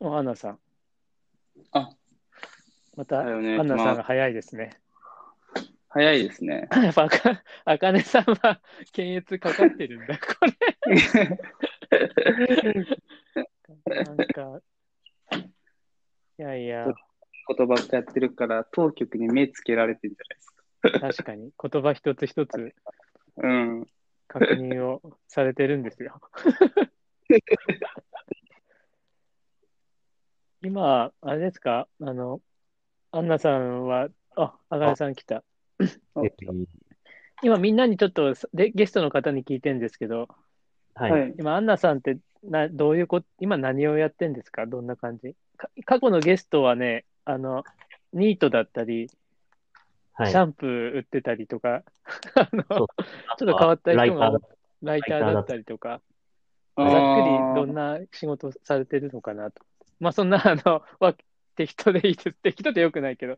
のアンナさん。あ、また、だよねアンナさんまがあ早いですね。 早いですね。 やっぱ、あかあかねさんは 検閲かかってるんだ、 これ。なんか、いやいや、ことばっかやってるから、当局に目つけられてんじゃないですか。確かに言葉一つ一つうん。確認をされてるんですよ。 今、あれですかあの、アンナさんは、あ、あがねさん来た。えっと今みんなにちょっとでゲストの方に聞いてんですけど、はい。はい。今、アンナさんってなどういうこ今何をやってんですかどんな感じか過去のゲストはね、あの、ニートだったり、はい。シャンプー売ってたりとか、あのちそょっうと変わったライ人タがーライターだったりとか、ざざっくっくりりあどんな仕事されてるのかなと。まあそんな、あの、わ適当でいいです。適当でよくないけど、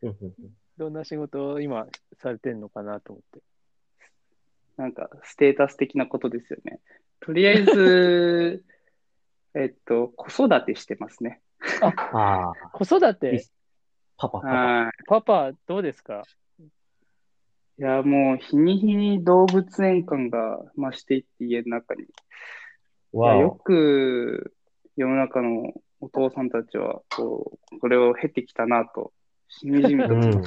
うんうんうんどんな仕事を今されてるのかなと思って。なんか、ステータス的なことですよね。とりあえず、 えっと、子育てしてますね。ああ、子育いいってす、パパ、パパ。はパパどうですかい。いや、もう、日に日に動物園感が増していって、家の中に。いや、わよお。く、世の中のお父さんたちは、こう、これを経てきたなと、しみじみうと。ん。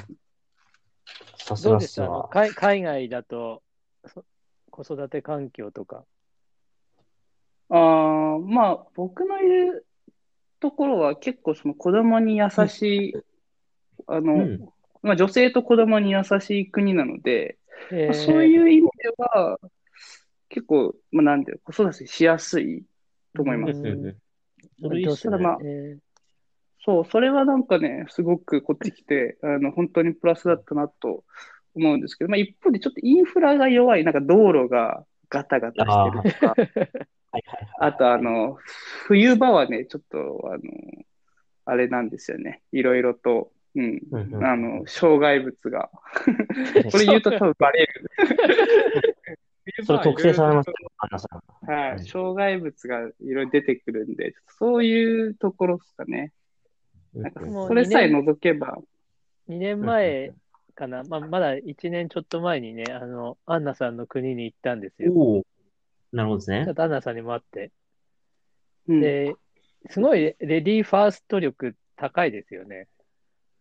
さすどがうっですすあのわ。海海外だとそ子育て環境とか。ああ、まあ、僕のいるところは結構その子供に優しい、あの、うんまあ女性と子供に優しい国なので、まあそうういう意味では、結構、まあなんていうの子育てしやすいと思います。うんうんそれいいっすどうしたらまね。あそう、それはなんかね、すごくこっち来て、あの、本当にプラスだったなと思うんですけど、まあ一方でちょっとインフラが弱い、なんか道路がガタガタしてるとか、はいはいはい。あと、あ、の、冬場はね、ちょっと、あの、あれなんですよね。いろいろと、うん、うんうんあの、障害物が。これ言うと多分バレる。それ特定されますね、アンナさん。はい。障害物がいろいろ出てくるんで、そういうところですかね。うかんうんもうそれさえ除けば、 2年前かな、まあ、まだ1年ちょっと前にね、あの、アンナさんの国に行ったんですよ。おお。なるほどですちょねっ。とアンナさんにも会って。うん、で、すごいレレディーファースト力高いですよね。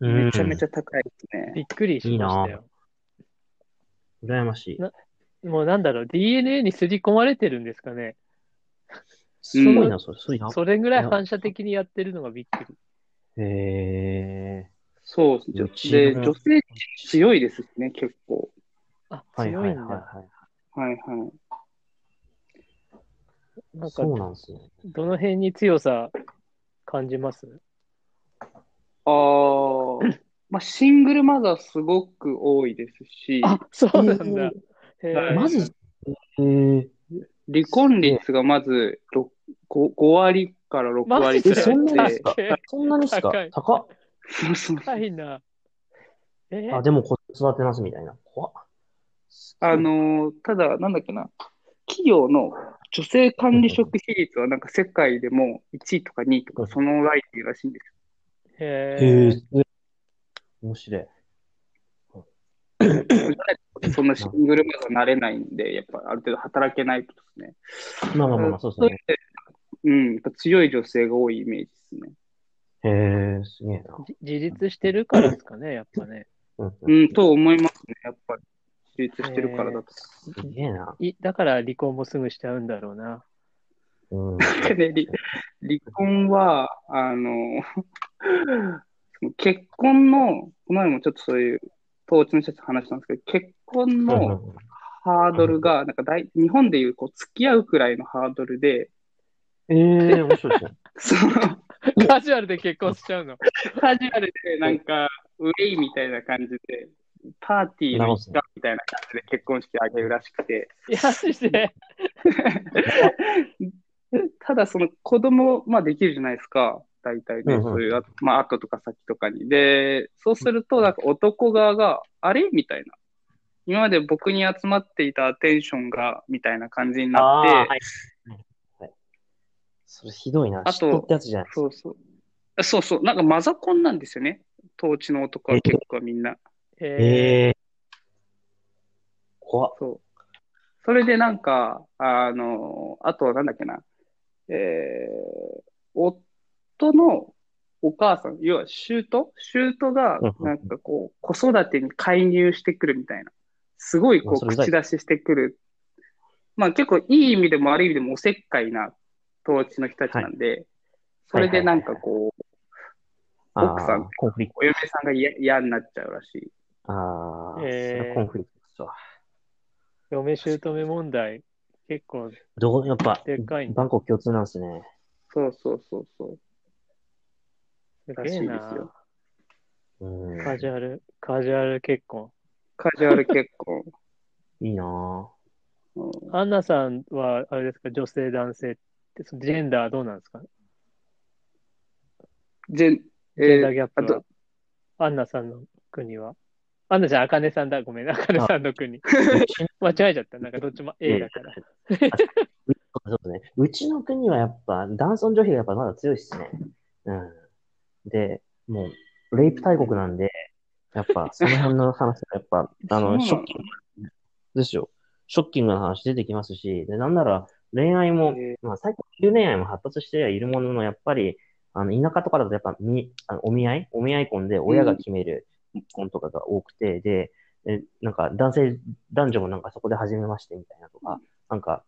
めちゃめちゃ。ゃ高いですね。びっくりしましたいいよ。羨ましい。もうなんだろう、DNA にすり込まれてるんですかね。すごいな、それ。すごいな。それぐらい反射的にやってるのがびっくり。へえ。そううですちね。で、の女性強いですしね、結構。あ、はい強はいいんだ。はいは。はいはい。ないんかそ、うなんですね。どの辺に強さ感じますああ、まあ、シングルマザーすごく多いですし、あ、そうなんだ。へはえいマジへえ。離婚率がまずろご 5, 割から6割くえ、らいそんなにでですかそんなにですか高い高っ。そうそう高いな。えあ、でも子育てますみたいな。怖っ。あのーただ、なんだっけな、企業の女性管理職比率はなんか世界でも1位とか2位とかそのラインらしいんですへへええ。、面白い。よ。そんなシングルマザーなれないんで、やっぱある程度働けないとですね。まあまあまあまあ、そうですそうよいうね。意味でうん、やっぱ強い女性が多いイメージですね。へえ、すげえな。じ自立してるからですかね、 やっぱね。うんううんん、と思いますね、やっぱり。自立してるからだと。すげえな。いだから離婚もすぐしちゃうんだろうな。うん。で、離 離婚は、あの、 その結婚の、この前もちょっとそういう、統治の人たちと話したんですけど、結婚のハードルが、なんか大、日本でいう、こう、付き合うくらいのハードルで、ええ、面白 いですね。その、 カジュアルで結婚しちゃ うの。カジュアルで、なんか、ウェイみたいな感じで、パーティーの一環みたいな感じで結婚式あげるらしくて、安いで。ただその子供、まあできるじゃないですか。大体ね、うんうんそういう、あまあ後とか先とかに。で、そうすると、なんか男側が、あれみたいな。今まで僕に集まっていたアテンションが、みたいな感じにああなー、って、はい。それひどいな。あと嫉妬ってやつじゃないそうそう。あそうそう。なんかマザコンなんですよね。当地の男は結構みんな。えええー。怖っ。そう。それでなんか、あの、あとはなんだっけな。えー、夫のお母さん、要は舅舅がうんうんう、んなんかこう、子育てに介入してくるみたいな。すごいこ、あそうれうざい口出ししてくる。まあ結構いい意味でも悪い意味でもおせっかいな当地の人たちなんで、それでなんかこう、あー奥さんコンフリクお嫁さんが嫌嫌になっちゃうらしい。ト。ああ、そえーれはコンフリクトですわ。ー、嫁姑問題、結構どう、やっぱ、でかいねバンコク共通なんですね。そうそうそうそう。すらげしえいでなすよ。うん。カジュアル、カジュアル結婚。カジュアル結婚。いいなぁ。うんアンナさんは、あれですか、女性、男性って、そのジェンダーどうなんですかジェン、ジェンダーギャップあはと。アンナさんの国は。アンナじゃん、アカネさんだ。ごめん、アカネさんの 国。 間違えちゃった。なんかどっちも A だから。あそうですね。うちの国はやっぱ、男尊女卑がやっぱまだ強いっすね。うん。で、もう、レイプ大国なんで、やっぱ、その辺の話がやっぱ、あそうなの、のショッキングですよ。ショッキングな話出てきますし、で、なんなら、恋愛もえ、まあ、最近、恋愛も発達してはいるものの、やっぱり、あの、田舎とかだとやっぱ、み、あのお見合いお見合い婚で親が決める婚とかが多くて、で、え、なんか、男性、男女もなんかそこで始めましてみたいなとか、なんか、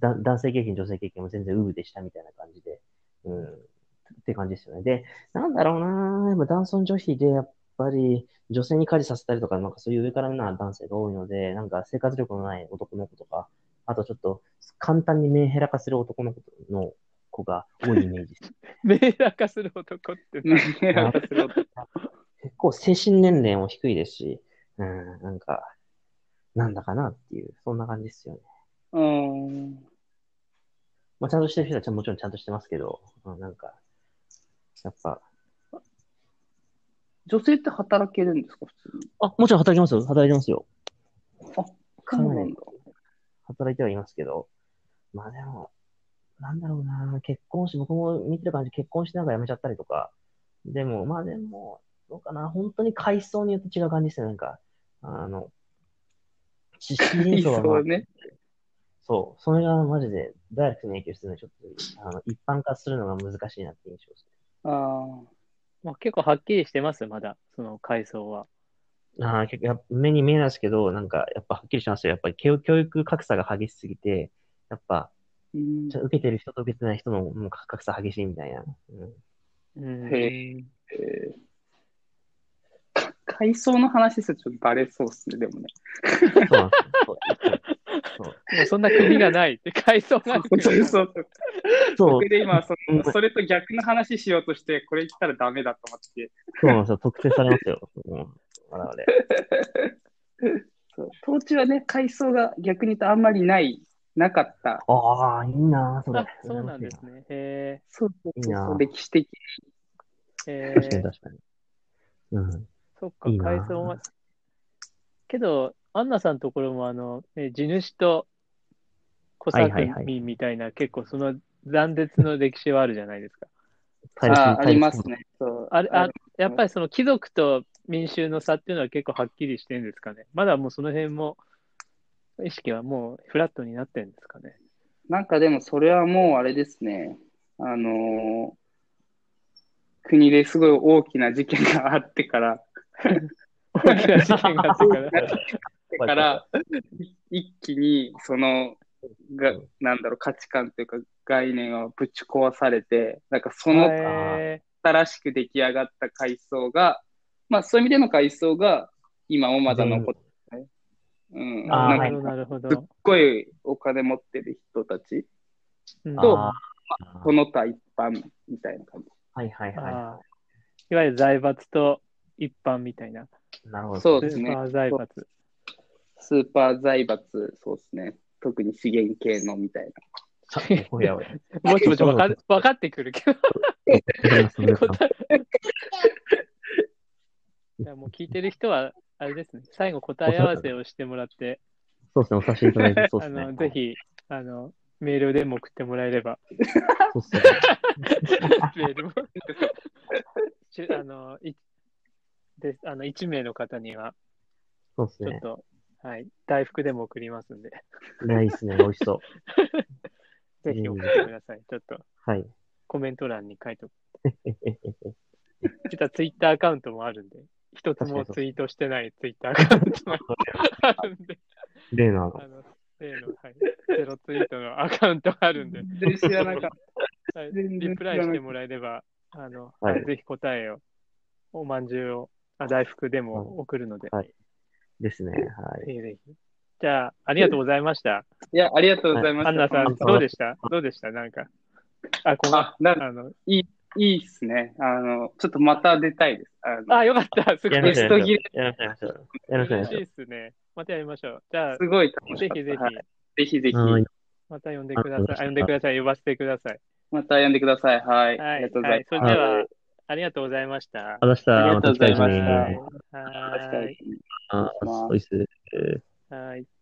だ男性経験、女性経験も全然ウブでしたみたいな感じで、うん、って感じですよね。で、なんだろうなぁ、今男尊女卑で、やっぱり、女性に家事させたりとか、なんかそういう上からな男性が多いので、なんか生活力のない男の子とか、あとちょっと、簡単にメンヘラ化する男の子の子が多いイメージです。 メーラ化する男 ってな。ねなんかすごい 結構精神年齢も低いですし、うん、なんか、なんだかなっていう、そんな感じですよね。うん。まあ、ちゃんとしてる人はちゃんもちろんちゃんとしてますけど、うん、なんか、やっぱ、女性って働けるんですか、普通に。あ、もちろん働きますよ。働いてますよ。かそうななんりだ。働いてはいますけど、まあでも、なんだろうな、結婚し、僕も見てる感じ、結婚してなんか辞めちゃったりとか、でも、まあでも、どうかな、本当に階層によって違う感じですよ、なんか、あの、知識い人い層が、そうね。そう、それがマジでダイレクトに影響するので、ちょっと、あの、一般化するのが難しいなって印象ですああ。まあ、結構はっきりしてます、まだ、その階層は。ああ、結構やっぱ目に見えないですけど、なんか、やっぱはっきりしますよ。やっぱり教教育格差が激しすぎて、やっぱ、うんちょ受けてる人と受けてない人のもう格格差激しいみたいな。うんうん、へえ。か海藻の話するとちょっとバレそうっすね、でもね。そうなんですよ。そうもうそんな国がないって、階層がそうそうう。そう。そうそう僕で今そうんの、それと逆の話しようとして、これ言ったらダメだと思って。そうなんですよ。特定されますよ。うん我々。そう当地はね、海藻が逆に言うとあんまりない、なかった。ああ、いいなぁ、それあ、。そうなんですね。へそうそういいなそう、歴史的。え。へ確かえに。確かに。うん。そっかいい、な階層は。けど、アンナさんのところも、あの、ね、地主と小作はいはいは民みたいな、結構その断絶の歴史はあるじゃないですか。対立ああ、あります。対立ね。そうあれあるやっぱりその貴族と民衆の差っていうのは結構はっきりしてるんですかね。まだもうその辺も、意識はもうフラットになってるんです かね。なんかでもそれはもうあれですね。あのー国ですごい大きな事件があってから、大きな事件があってから。だから、一気にそのがうん、なんだろう、価値観というか概念がぶち壊されて、なんか そのへ新しく出来上がった階層が、まあそういう意味での階層が今もまだ残ってるね。うん。ーあなーなんるほかど、なるほすっど。ごいお金持ってる人たちうんとああこの他一般みたいな感じ。はいはいあはーいわゆる財閥と一般みたいな。い。なるほど。そうスですーねパー財閥。スーパー財閥、そうですね。特に資源系のみたいな。さおやおや。もちもちわかわかってくるけど。答えいやもう聞いてる人は、あれですね、最後答え合わせをしてもらって、 そうですね、お察しいただいて、そうであすね。のぜひあのメールでも送ってもらえれ ば。そうっすね。メールも。しゅあの、いであの1名の方には、そうっすちょっね。と、はい、大福でも送りますんで、いやいいっすね。美味しそう。ぜひ送ってください。ちょっとはい。コメント欄に書いておく。ええええ実はツイッターアカウントもあるんで、一つも確かにそうツイートしてないツイッターアカウントもあるんで、例のあのあの、例の、はい、ゼロツイートのアカウントあるんで、全然知らなかっはいた。全 リ然知プラらイしてなかっもらえれば、あの、はいはいぜひ答えを、おまんじゅうを、あ大福でも送るので、ですね。はい。ぜひぜひ。じゃあ、ありがとうございました。た。いや、ありがとうございました。アンナさん、こんばんはどうでしたどうでしたなんか。あ、こんばんあ、なんかあの、いいっすね。あの、ちょっとまた出たいです。あのあ、よかった。すごやいベりましょスうトギレ、やりましょう。やりましょう。やりましょ嬉しいう。やりましですね。またやりましょう。じゃあす、ごい楽しかぜひった。ぜはいひ、ぜひぜひ、ょう。はい。また呼んでくだあさりい。がとうごあざいました呼んでください。呼ばせてください。また呼んでください。はい。あはりがい。とうござはいい、それでは、ありがとうございました。話した。ありがとうございましたまた来たいですねはます。ーい。あ、そうです。はーい。